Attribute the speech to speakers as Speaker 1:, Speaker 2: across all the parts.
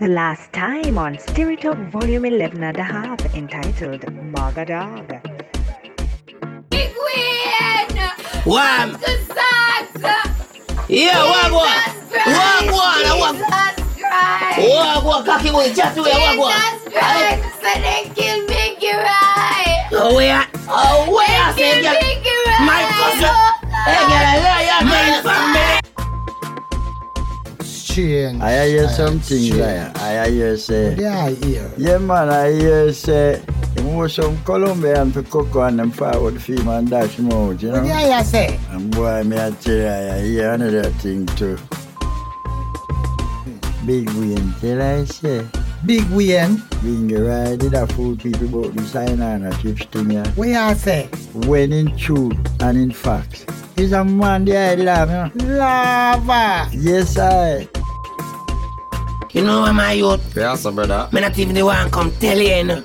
Speaker 1: The last time on Stereo Talk Volume 11 and a half, entitled Maga Dog.
Speaker 2: Big win!
Speaker 3: Wham!
Speaker 2: Kazaza!
Speaker 3: Yeah, wagwa! Wagwa! Na wagwa!
Speaker 2: Jesus
Speaker 4: Oh,
Speaker 2: Christ!
Speaker 3: Wagwa kaki boy, chat we wagwa.
Speaker 2: Jesus Christ! So they kill Biggie Rai!
Speaker 3: Oh we are. Oh we are saying
Speaker 2: Kill Oh,
Speaker 3: that.
Speaker 2: Biggie Rai!
Speaker 3: My cousin. Hey, get a liar, man, family.
Speaker 5: Strange.
Speaker 6: I hear something
Speaker 5: strange.
Speaker 6: there. I hear say,
Speaker 5: Yeah, I hear.
Speaker 6: yeah man, I hear say, most of Colombian to cook on them forward film and dash mode, you know.
Speaker 5: What yeah, I say?
Speaker 6: And boy, me I tell you, I hear another thing too. Big win, tell I say.
Speaker 5: Big win.
Speaker 6: Bingo ride did a fool people about the sign and a chips thing yeah.
Speaker 5: What I say?
Speaker 6: When in truth and in fact. He's a man the idol of, you know.
Speaker 5: Lava.
Speaker 6: Yes I
Speaker 3: You know where my youth?
Speaker 7: Yeah, so brother.
Speaker 3: Me not even the one come tell you, you know.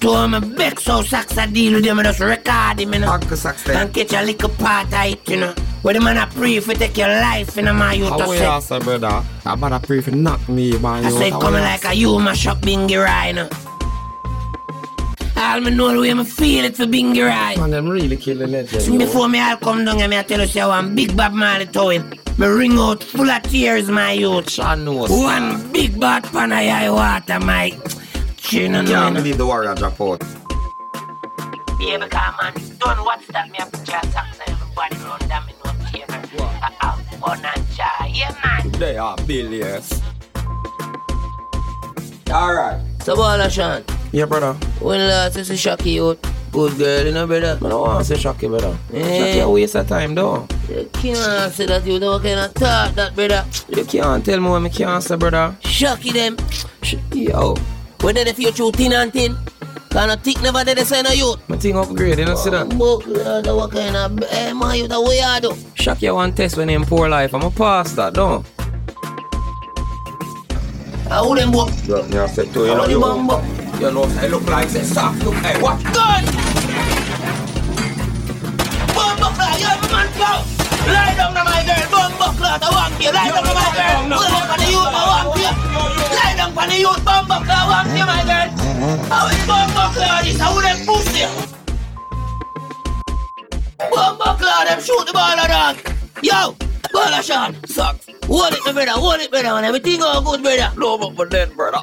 Speaker 3: To all my big so sacks I deal with them, I just record him, you know.
Speaker 7: Uncle Saxton.
Speaker 3: And catch a little part of it, you know. Where the man a pray if you take your life, you know, my youth.
Speaker 7: How
Speaker 3: I
Speaker 7: we
Speaker 3: say,
Speaker 7: are, so brother? I'm about to pray for knock me, man.
Speaker 3: I say coming like a you mash up Bingy Rai, you know. All me know the way me feel it for Bingy Rai.
Speaker 7: Man, them really kill the legend.
Speaker 3: See,
Speaker 7: yo.
Speaker 3: Before me, I'll come down and me I tell you, say, I want Big Bob Marley towing. Me ring out full of tears, my youth.
Speaker 7: I know. sir.
Speaker 3: One big bad pan of eye water, my. Chin and
Speaker 7: Can't
Speaker 3: yeah,
Speaker 7: believe the warrior drop out.
Speaker 3: yeah, because man, don't watch that. Me have to try socks and everybody around that me no favor. I have fun and joy, yeah, man.
Speaker 7: They are billions. Alright.
Speaker 4: So Bala Sean,
Speaker 7: Yeah, brother.
Speaker 4: when last is a shocky youth? Good girl, you know brother.
Speaker 7: I don't want to say shocky, brother.
Speaker 4: Eh.
Speaker 7: Shocky, a waste of time, though.
Speaker 4: You can't say that you don't kind of talk that brother.
Speaker 7: You can't tell me when I can't say, brother.
Speaker 4: Shocky them.
Speaker 7: Yo,
Speaker 4: When they feel true thin and thin. Kind of thick never did they say no youth.
Speaker 7: my thing upgrade, you know, see that?
Speaker 4: But uh, what kind of eh, man youth that way I do?
Speaker 7: Shocky, I want test when in poor life. I'm a pass that, though.
Speaker 4: I hold them up.
Speaker 7: Yeah, yeah, say, too,
Speaker 4: How
Speaker 7: you know,
Speaker 4: the
Speaker 7: you,
Speaker 4: man buck?
Speaker 7: you know, I look like, say, soft, look, hey, what?
Speaker 4: Gun! Bomb buckler, you have a man pow! Lie down to my girl, bomb buckler, I want you. Lie down to my girl, pull up on the youth, I want you. Lie down on the youth, bomb buckler, I want you, my girl. How is bomb buckler this? How them pussy? Bomb buckler, them shoot the ball around. Yo, ball a shot, sucks. Hold it, my brother, hold it, brother, and everything all good, brother.
Speaker 7: No, but for that, brother.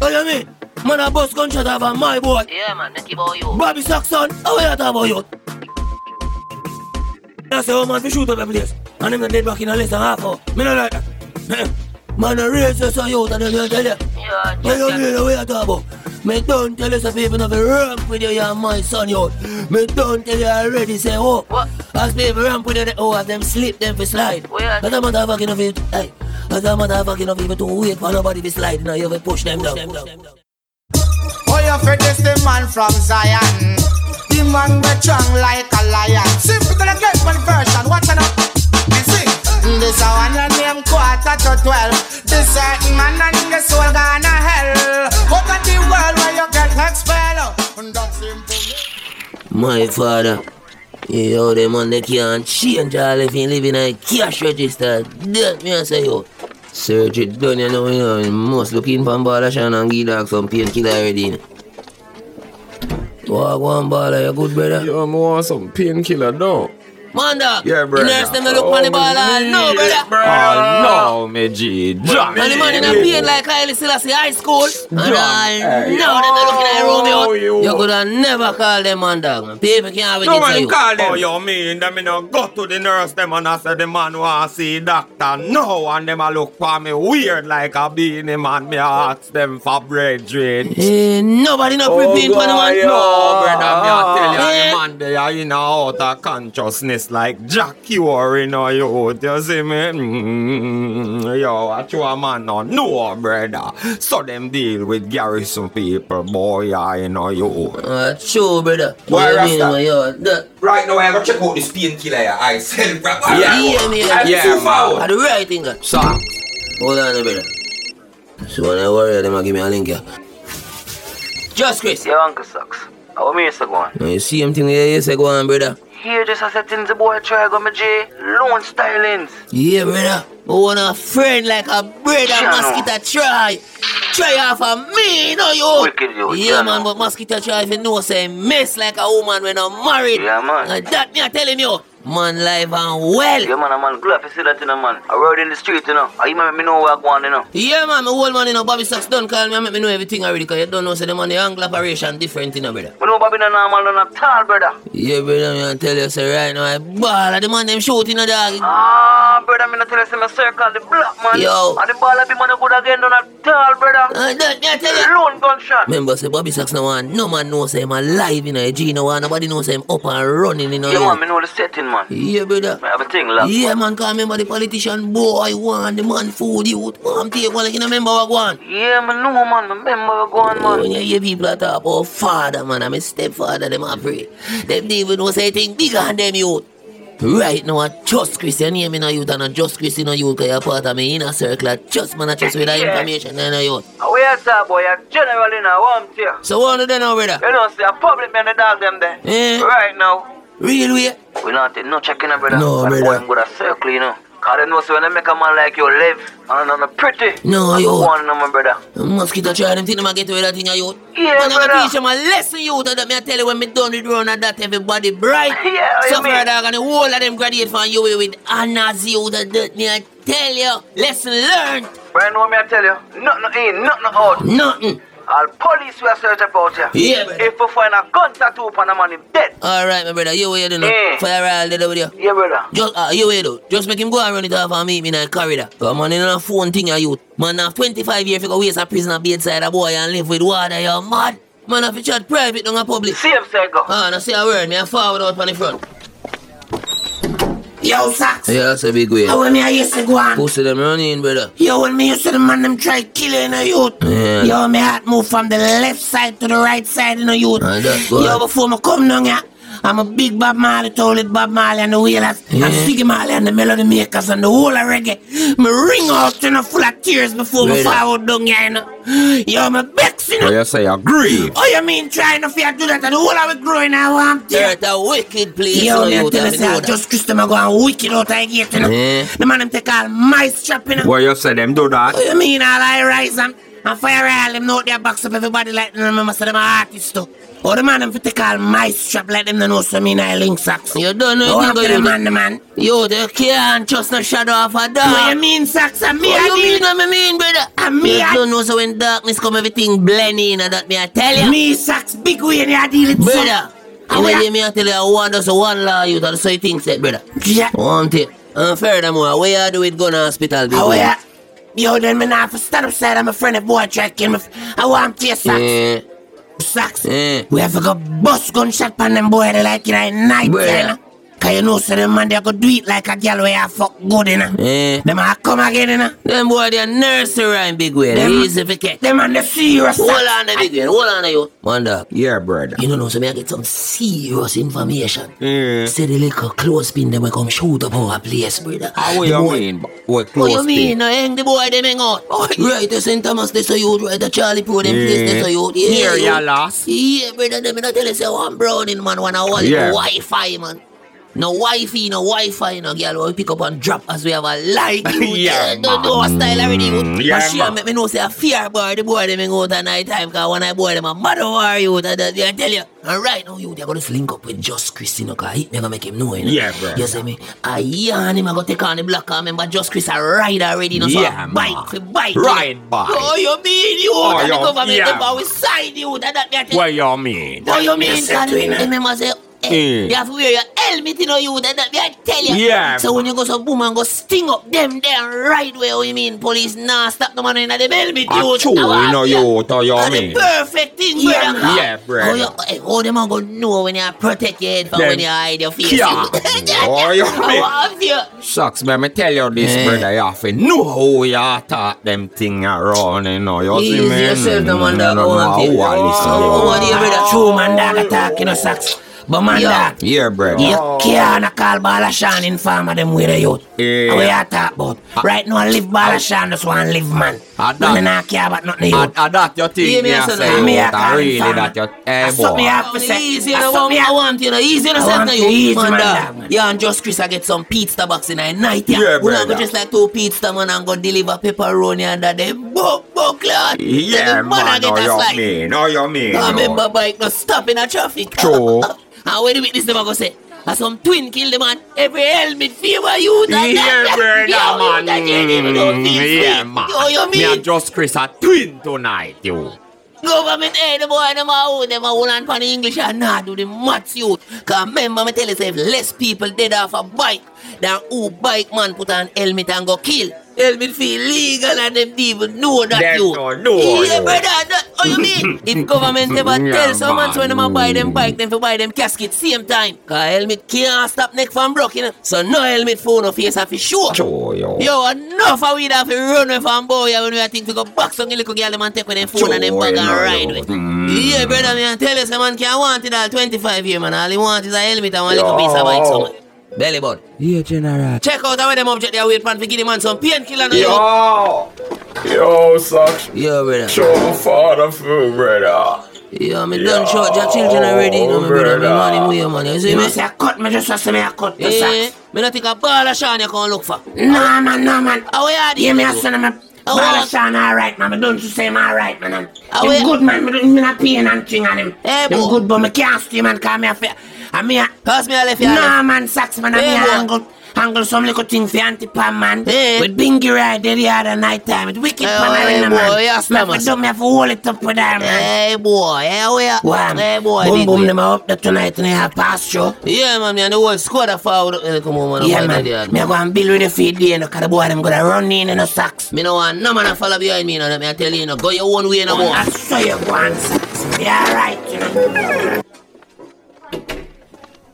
Speaker 4: Tell me, man, a bus gunshot over my boy. Yeah, man, they keep all you. Bobby Saxon, how we talk about you? I say, oh man, we shoot up a place. And them dead back in a less than half hour. Me no like that. man, a racist are you, and then you tell you. Yeah, just you really what you talk about? Me don't tell you some people not to ramp with you, you and my son, you. Me don't tell you already, say, oh. What? As people ramp with you, they- oh, as them slip, them for slide. Where? As a motherfucking of it, hey. As a motherfucking of people to wait for nobody be sliding, now you have to push them down. Push them down.
Speaker 8: Oh, you afraid this the man from Zion. The man with strong like a lion. Simple to the great one version. Watch it up. And sing. This a one and name quarter to twelve. This certain man and the soul gone to hell. Go to the world where you get expelled. And that's simple.
Speaker 4: My father. You know them on the can't change all if you live in a cash register. That me I say yo. Search it done, you know, you know. You must look in from Badashan and give dog some painkiller already. Walk one baller, you good brother?
Speaker 7: You know, I want some painkiller, though.
Speaker 4: Man dog,
Speaker 7: Yeah, brother.
Speaker 4: you nurse them to look on the ball all no brother.
Speaker 7: Oh, no, me G. Drop
Speaker 4: And the man in a pain like Kylie Selassie High School. And all now them are looking at Romeo.
Speaker 7: Oh,
Speaker 4: You,
Speaker 7: you-
Speaker 4: you could have never called them man dog. People can't have
Speaker 7: No
Speaker 4: it
Speaker 7: man
Speaker 4: you.
Speaker 7: call them. Oh, you mean them? Me no go to the nurse them and I say the man want see doctor. No, and them a look for me weird like a beanie man. Me ask them for bread drink.
Speaker 4: Eh, nobody not
Speaker 7: Oh,
Speaker 4: prepared for the man.
Speaker 7: No, Oh, brother, me a tell you,
Speaker 4: Eh.
Speaker 7: the man they are in a out of consciousness like Jack you are in a youth, you see me? Mm, yo, a true man no know, brother. So them deal with garrison people, boy, I in a youth.
Speaker 4: Uh, true, brother.
Speaker 7: Why,
Speaker 4: you mean,
Speaker 7: Rasta?
Speaker 4: man, yo, the,
Speaker 9: Right now, I gotta check out this painkiller. I sell it back.
Speaker 4: yeah, yeah, me, yeah,
Speaker 7: Yeah,
Speaker 9: Too
Speaker 7: man.
Speaker 9: far.
Speaker 4: I do right thing. God.
Speaker 7: So,
Speaker 4: Hold on, brother. So when I worry, them I give me a link here. Just Chris.
Speaker 10: Your uncle sucks. How me is going?
Speaker 4: Now, you see him thing there, you say go on, brother.
Speaker 10: Here just a set in the boy try go me J. Lone stylings.
Speaker 4: Yeah, brother. want a friend like a brother mosquito try. Try off of me, no you.
Speaker 10: Wicked you,
Speaker 4: yeah,
Speaker 10: Jano.
Speaker 4: man, but mosquito try if you know say miss like a woman when I'm married.
Speaker 10: Yeah, man.
Speaker 4: And that me I tell him you, man live and well.
Speaker 10: Yeah, man, a man glad to see that, you know, man. I rode in the street, you know. I remember me know where I go on, you know.
Speaker 4: Yeah, man, my old man, you know, Bobby Socks done call me and make me know everything already, because you don't know, say them on the angle operation different, you know, brother.
Speaker 10: Me know Bobby no normal, no not tall, brother.
Speaker 4: Yeah, brother, me I tell you, say right now, I ball at the man them shooting, you know, dog.
Speaker 10: Ah, brother, me not tell you, say me circle the block, man.
Speaker 4: Yo.
Speaker 10: And the ball of the man no good again, no not tall, brother.
Speaker 4: Uh, that, me I tell you.
Speaker 10: Lone gunshot.
Speaker 4: Remember, say Bobby Socks no one, no man knows him alive, you know, Eugene, no one, nobody knows him up and running, you know.
Speaker 10: Yeah, man, me know the setting, man.
Speaker 4: yeah brother.
Speaker 10: Me have a thing, lad.
Speaker 4: Yeah, man, cause remember the politician boy want the man food youth, want take one, like, you know, remember what one?
Speaker 10: Yeah, man, no, man. Me remember where I go on, man.
Speaker 4: When you hear people talk about father, man, I'm a stepfather, them I pray. Them they even know say thing bigger than them youth. Right now, I just Christian name in a youth and I just Christian in a youth because you're part of me inner circle. I just man, I trust with that information in a youth.
Speaker 10: And where you talk, boy? You're general in a warm here.
Speaker 4: So what do they know, brother?
Speaker 10: You know, see, a public man, the dog them there.
Speaker 4: Eh?
Speaker 10: Right now.
Speaker 4: Real way?
Speaker 10: We not take no checking, brother.
Speaker 4: No,
Speaker 10: That
Speaker 4: brother.
Speaker 10: boy Go to circle, you know. Cause them know so when they make a man like you live, and on a pretty.
Speaker 4: No,
Speaker 10: I
Speaker 4: yo.
Speaker 10: Go on, my brother.
Speaker 4: Mosquito try them think them a get away that thing a youth.
Speaker 10: Yeah,
Speaker 4: man, I'm
Speaker 10: brother.
Speaker 4: teach them a lesson youth and that me I tell you when me done with run and that everybody bright.
Speaker 10: Yeah, you
Speaker 4: Suffer
Speaker 10: mean?
Speaker 4: dog and the whole of them graduate from you with honors youth and that me I tell you. Lesson learned.
Speaker 10: Brian, what me I tell you? Nothing in, nothing out.
Speaker 4: Nothing.
Speaker 10: All police will search about you.
Speaker 4: Yeah, brother.
Speaker 10: If we find a gun tattoo upon a man, he's dead.
Speaker 4: All right, my brother, you what you do now?
Speaker 10: Eh.
Speaker 4: Fire all day with you.
Speaker 10: Yeah, brother.
Speaker 4: Just, uh, you what you do? Just make him go and run it off and meet me in the corridor. Come man, you know, phone thing, you. Man, have 25 years you go waste a prisoner bedside a boy and live with water, you're mad. Man, have to chat private, don't public.
Speaker 10: See him, say go.
Speaker 4: Ah, now say a word, me I forward out on the front.
Speaker 3: Yo, Socks.
Speaker 4: Yeah, that's a big way.
Speaker 3: How when me I used to go on?
Speaker 4: Pussy them run in, brother.
Speaker 3: Yo, when me used to the man them try killing a youth.
Speaker 4: Yeah.
Speaker 3: Yo, me heart move from the left side to the right side in the youth.
Speaker 4: Aye, that good.
Speaker 3: Yo, before me come down here, I'm a big Bob Marley, told it Bob Marley and the Wheelers, and
Speaker 4: Yeah.
Speaker 3: Siggy Marley and the Melody Makers and the whole of reggae. Me ring out, you know, full of tears before me
Speaker 4: Really?
Speaker 3: fall out down here, you know. Yo, me vex, you know.
Speaker 7: What you say, agree?
Speaker 3: Oh, you mean trying to fear do that and the whole of it growing now, I'm
Speaker 4: Yeah. That's a wicked place,
Speaker 3: Yo,
Speaker 4: you
Speaker 3: me
Speaker 4: know,
Speaker 3: I
Speaker 4: you
Speaker 3: tell
Speaker 4: have to
Speaker 3: you, say,
Speaker 4: do
Speaker 3: I
Speaker 4: that.
Speaker 3: just Christ, I'm going wicked out I gate, you know.
Speaker 4: Yeah.
Speaker 3: The man, them take all my strap, you know.
Speaker 7: What you say, them do that?
Speaker 3: What you mean all I rise and, and fire all them out there box up everybody like them remember so them are artists too. Or the man them fi take all my strap like them no know so me I link socks.
Speaker 4: You don't know
Speaker 3: Oh,
Speaker 4: what
Speaker 3: I'm
Speaker 4: you're
Speaker 3: the
Speaker 4: going
Speaker 3: man, the man.
Speaker 4: Yo, they can't trust no shadow of a
Speaker 3: What
Speaker 4: dog.
Speaker 3: you mean socks and me
Speaker 4: What
Speaker 3: I
Speaker 4: you mean,
Speaker 3: mean
Speaker 4: I mean, brother?
Speaker 3: Ah, me,
Speaker 4: you
Speaker 3: I-
Speaker 4: don't know, so when darkness come, everything blend in, and that me, I tell you.
Speaker 3: me socks big way and I deal with
Speaker 4: brother.
Speaker 3: Ah,
Speaker 4: You know,
Speaker 3: we-
Speaker 4: you me, I tell you, I want us one law, you that so you think, said, brother.
Speaker 3: Yeah.
Speaker 4: Want it? And furthermore, where you do it, go to hospital,
Speaker 3: Oh
Speaker 4: people?
Speaker 3: yeah. Yo, then me not for stand upside. I'm a friend of boy tracking. I want your socks.
Speaker 4: Eh,
Speaker 3: Socks.
Speaker 4: eh.
Speaker 3: We have to go bust gunshot pan them boy they like it at night,
Speaker 4: Bruh.
Speaker 3: you know. Cause you know, so them man they go do it like a girl where I fuck good, you know.
Speaker 4: Eh.
Speaker 3: Them a come again, you know.
Speaker 4: Them boy, they nursery rhyme big way. They
Speaker 3: Them-
Speaker 4: easy for catch.
Speaker 3: Them man they serious.
Speaker 4: Hold
Speaker 3: socks.
Speaker 4: on, the big way. Hold on, you. Man, dog.
Speaker 7: Yeah, brother.
Speaker 4: You don't know, so me I get some serious information.
Speaker 7: Yeah.
Speaker 4: Say the little clothespin them will come shoot up our place, brother.
Speaker 7: How
Speaker 4: The
Speaker 7: you
Speaker 4: boy-
Speaker 7: mean? What
Speaker 4: What you
Speaker 7: close
Speaker 4: mean? I hang the boy them hang out. Right, the St. Thomas, they saw you. Right, the Charlie Pro, them place, they
Speaker 7: Yeah.
Speaker 4: saw you.
Speaker 7: Here
Speaker 4: you.
Speaker 7: ya lost.
Speaker 4: Yeah, brother, them not tell you say one browning man, one a wallet,
Speaker 7: Yeah.
Speaker 4: no Wi-Fi man. No Wi-Fi, no Wi-Fi, no girl. We pick up and drop as we have a like. You
Speaker 7: Yeah, Mm,
Speaker 4: don't know what style already. You.
Speaker 7: Yeah,
Speaker 4: but she a
Speaker 7: man.
Speaker 4: make me know say a fear boy. The boy them hang out at night time. Cause when I boy them a mother war you. That, that, I tell you. And right now you, they gonna link up with Just Chris, you know, cause he they gonna make him know, you know.
Speaker 7: Yeah, brother.
Speaker 4: You see me? I yarn him. I go take on the block. I remember Just Chris a ride already, you know. So
Speaker 7: Yeah,
Speaker 4: a
Speaker 7: man.
Speaker 4: bike, fi bike.
Speaker 7: Ride bike.
Speaker 4: Oh, you mean you?
Speaker 7: Oh,
Speaker 4: that the
Speaker 7: you-
Speaker 4: government
Speaker 7: yeah.
Speaker 4: them always side you. That that that.
Speaker 7: What you mean?
Speaker 4: What you mean, son? Remember, say, eh,
Speaker 7: Mm.
Speaker 4: you have to wear your helmet, you know, you, that, that, I tell you.
Speaker 7: Yeah.
Speaker 4: So when you go so boom and go sting up them there right where you mean police nah stop the man in the helmet,
Speaker 7: Ah,
Speaker 4: you.
Speaker 7: true, you know, you what you
Speaker 4: That's the
Speaker 7: mean?
Speaker 4: perfect thing,
Speaker 3: Yeah,
Speaker 4: brother.
Speaker 7: yeah, brother.
Speaker 4: Oh, you, eh, oh, them man go know when you protect your head from
Speaker 7: Them-
Speaker 4: when you hide your face.
Speaker 7: Yeah. Oh, you mean-
Speaker 4: How have you?
Speaker 7: Shucks, man, me tell you this,
Speaker 4: Eh.
Speaker 7: brother, you have to know how you talk them thing around, you know, you
Speaker 4: Easy
Speaker 7: see me?
Speaker 4: yourself, the man
Speaker 7: Mm,
Speaker 4: that
Speaker 7: I don't know
Speaker 4: want
Speaker 7: how
Speaker 4: it.
Speaker 7: I listen
Speaker 4: Oh,
Speaker 7: to you.
Speaker 4: what do you
Speaker 3: Brother,
Speaker 4: brother?
Speaker 3: true man, dog attack, you know, socks. But man,
Speaker 4: Yo.
Speaker 3: dog,
Speaker 7: Yeah, brother.
Speaker 3: you can't call Balashan in farm of them with the youth.
Speaker 7: Yeah.
Speaker 3: We are talk about. Right now, I live Balashan, just one live man.
Speaker 7: Ah,
Speaker 3: Man, I
Speaker 7: dog.
Speaker 3: not care about nothing
Speaker 7: Ah,
Speaker 3: youth.
Speaker 7: ah, that your thing,
Speaker 4: Yeah, me
Speaker 7: me
Speaker 4: also
Speaker 7: I say,
Speaker 4: like-
Speaker 7: out,
Speaker 3: Me a
Speaker 7: ah, really,
Speaker 3: fan.
Speaker 7: that your, eh,
Speaker 3: I suck me
Speaker 7: boy.
Speaker 3: up, I say.
Speaker 4: Easy,
Speaker 3: I
Speaker 4: you know,
Speaker 3: suck me
Speaker 4: I
Speaker 3: up.
Speaker 4: want, you know, easy, you know,
Speaker 3: I
Speaker 4: something
Speaker 3: want
Speaker 4: you
Speaker 3: easy,
Speaker 4: man,
Speaker 3: man,
Speaker 4: dog.
Speaker 3: dog, man.
Speaker 4: Yeah, and just Chris, I get some pizza box in a night, yeah.
Speaker 7: Yeah,
Speaker 4: we not go
Speaker 7: brother.
Speaker 4: just like two pizza, man, and go deliver pepperoni and that, they buck, buck, lad.
Speaker 7: Yeah,
Speaker 4: Every I
Speaker 7: man,
Speaker 4: get
Speaker 7: no,
Speaker 4: a
Speaker 7: you
Speaker 4: slide.
Speaker 7: mean, no, you mean.
Speaker 4: I
Speaker 7: no.
Speaker 4: remember bike no stop in a traffic.
Speaker 7: True.
Speaker 4: and wait a minute, this them I go say. And some twin kill the man. Every helmet favor you that
Speaker 7: Yeah, brother,
Speaker 4: that
Speaker 7: man. Mm,
Speaker 4: you even don't feel
Speaker 7: Yeah,
Speaker 4: sick.
Speaker 7: man.
Speaker 4: Yo, you
Speaker 7: Me
Speaker 4: mean
Speaker 7: and just Chris are twin tonight, you.
Speaker 4: government aid the boy them a own them a own and pan English and not do the maths youth. Cause remember me tell you say if less people dead off a bike than who bike man put on helmet and go kill. Helmet feel legal and them devil know that
Speaker 7: Them
Speaker 4: you.
Speaker 7: no know
Speaker 4: yeah,
Speaker 7: you.
Speaker 4: brother, that, oh you mean? if government ever
Speaker 7: Yeah,
Speaker 4: tell someone
Speaker 7: man.
Speaker 4: so when them a buy them bike, them for buy them casket same time. Cause helmet can't stop neck from broke, you know. So no helmet phone or face have to show.
Speaker 7: True, yo.
Speaker 4: Yo, enough of we that fi run with and boy when we a think to go box on the little girl them and take with them phone and them bag
Speaker 7: Joy,
Speaker 4: and
Speaker 7: no,
Speaker 4: ride
Speaker 7: yo.
Speaker 4: with.
Speaker 7: Mm.
Speaker 4: Yeah, brother, me I tell you, some man can't want it all 25 year, man. All he want is a helmet and one little piece of bike, so man. Belly bud.
Speaker 3: Yeah, General.
Speaker 4: Check out how them object they wait man for give the man some painkiller now, yo.
Speaker 7: Yo, yo, such
Speaker 3: Yeah, brother.
Speaker 7: show father food, brother.
Speaker 3: Yeah, me done shot your children already, you know, me brother. Me
Speaker 7: brother.
Speaker 3: man him way, man. You see
Speaker 4: You
Speaker 3: me?
Speaker 4: know, say
Speaker 3: I cut me, just say me I cut
Speaker 4: Eh, me not think a ball of Sean you can look for.
Speaker 3: Nah, man, nah, man.
Speaker 4: How we are
Speaker 3: Yeah, me a
Speaker 4: do?
Speaker 3: son of a...
Speaker 4: Oh,
Speaker 3: Balashan alright, man. Me don't you say him alright, man. And
Speaker 4: Oh,
Speaker 3: him
Speaker 4: well.
Speaker 3: good, man. Me, don't- me not paying anything on him.
Speaker 4: Eh,
Speaker 3: him
Speaker 4: boy.
Speaker 3: good, but me can't see him, man. Cause me a... fe- And me a...
Speaker 4: Pass me a left here.
Speaker 3: Nah, man, Sax, man. And
Speaker 4: Eh,
Speaker 3: me
Speaker 4: boy.
Speaker 3: a angle... Angle some little thing for Antipan, man.
Speaker 4: Eh.
Speaker 3: With Bingy right there the other night time. It's wicked,
Speaker 4: Eh,
Speaker 3: man.
Speaker 4: eh,
Speaker 3: arena,
Speaker 4: boy,
Speaker 3: man.
Speaker 4: yes,
Speaker 3: man.
Speaker 4: man.
Speaker 3: Me don't me have to hold it up with her, man.
Speaker 4: Hey boy, hey we are.
Speaker 3: Wham.
Speaker 4: Hey boy, Oh,
Speaker 3: boom
Speaker 4: big
Speaker 3: boom,
Speaker 4: way.
Speaker 3: them are up there tonight and they have passed you.
Speaker 4: Yeah man, me and the whole squad are forward up there, come on man.
Speaker 3: Yeah,
Speaker 4: I'm
Speaker 3: man.
Speaker 4: out
Speaker 3: Me
Speaker 4: there.
Speaker 3: a go and build with the feed there, no, cause the boy them gonna run in and a socks.
Speaker 4: Me no want no man to follow behind me, no. Me I tell you, no. Go your own way, no more.
Speaker 3: I saw you go and socks. Be alright, you know.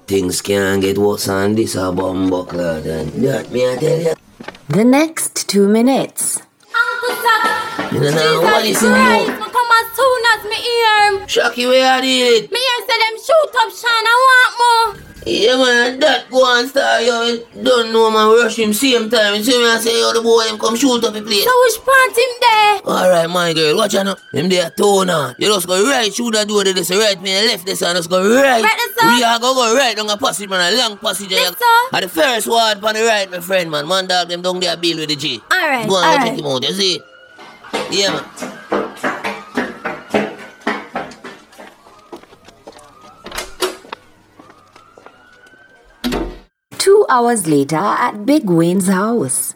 Speaker 4: Things can get worse than this a bumbleclad and that. Me I tell you.
Speaker 11: The next two minutes.
Speaker 2: Uncle Sam,
Speaker 4: You don't know
Speaker 2: Jesus
Speaker 4: what is in
Speaker 2: Christ,
Speaker 4: you.
Speaker 2: me come as soon as me hear him.
Speaker 4: Shocky, where are it?
Speaker 2: Me hear say them shoot up Sean, I want more.
Speaker 4: Yeah man, that go and star, yo. it Don't know man, rush him same time. You see me I say, yo, the boy them come shoot up the place.
Speaker 2: So which plant him there?
Speaker 4: All right, my girl, watch out now. Him there torn on. You just go right through that door, they just right me and left this and just go right.
Speaker 2: Right this side?
Speaker 4: We are go go right down a passage, man, a long passage.
Speaker 2: This
Speaker 4: and-
Speaker 2: side?
Speaker 4: And the first ward on the right, my friend, man. Man, dog, them down there bill with the G.
Speaker 2: All right,
Speaker 4: Go
Speaker 2: all
Speaker 4: on, go check
Speaker 2: right.
Speaker 4: him out, you see? Yeah, man.
Speaker 11: Two hours later at Big Wayne's house.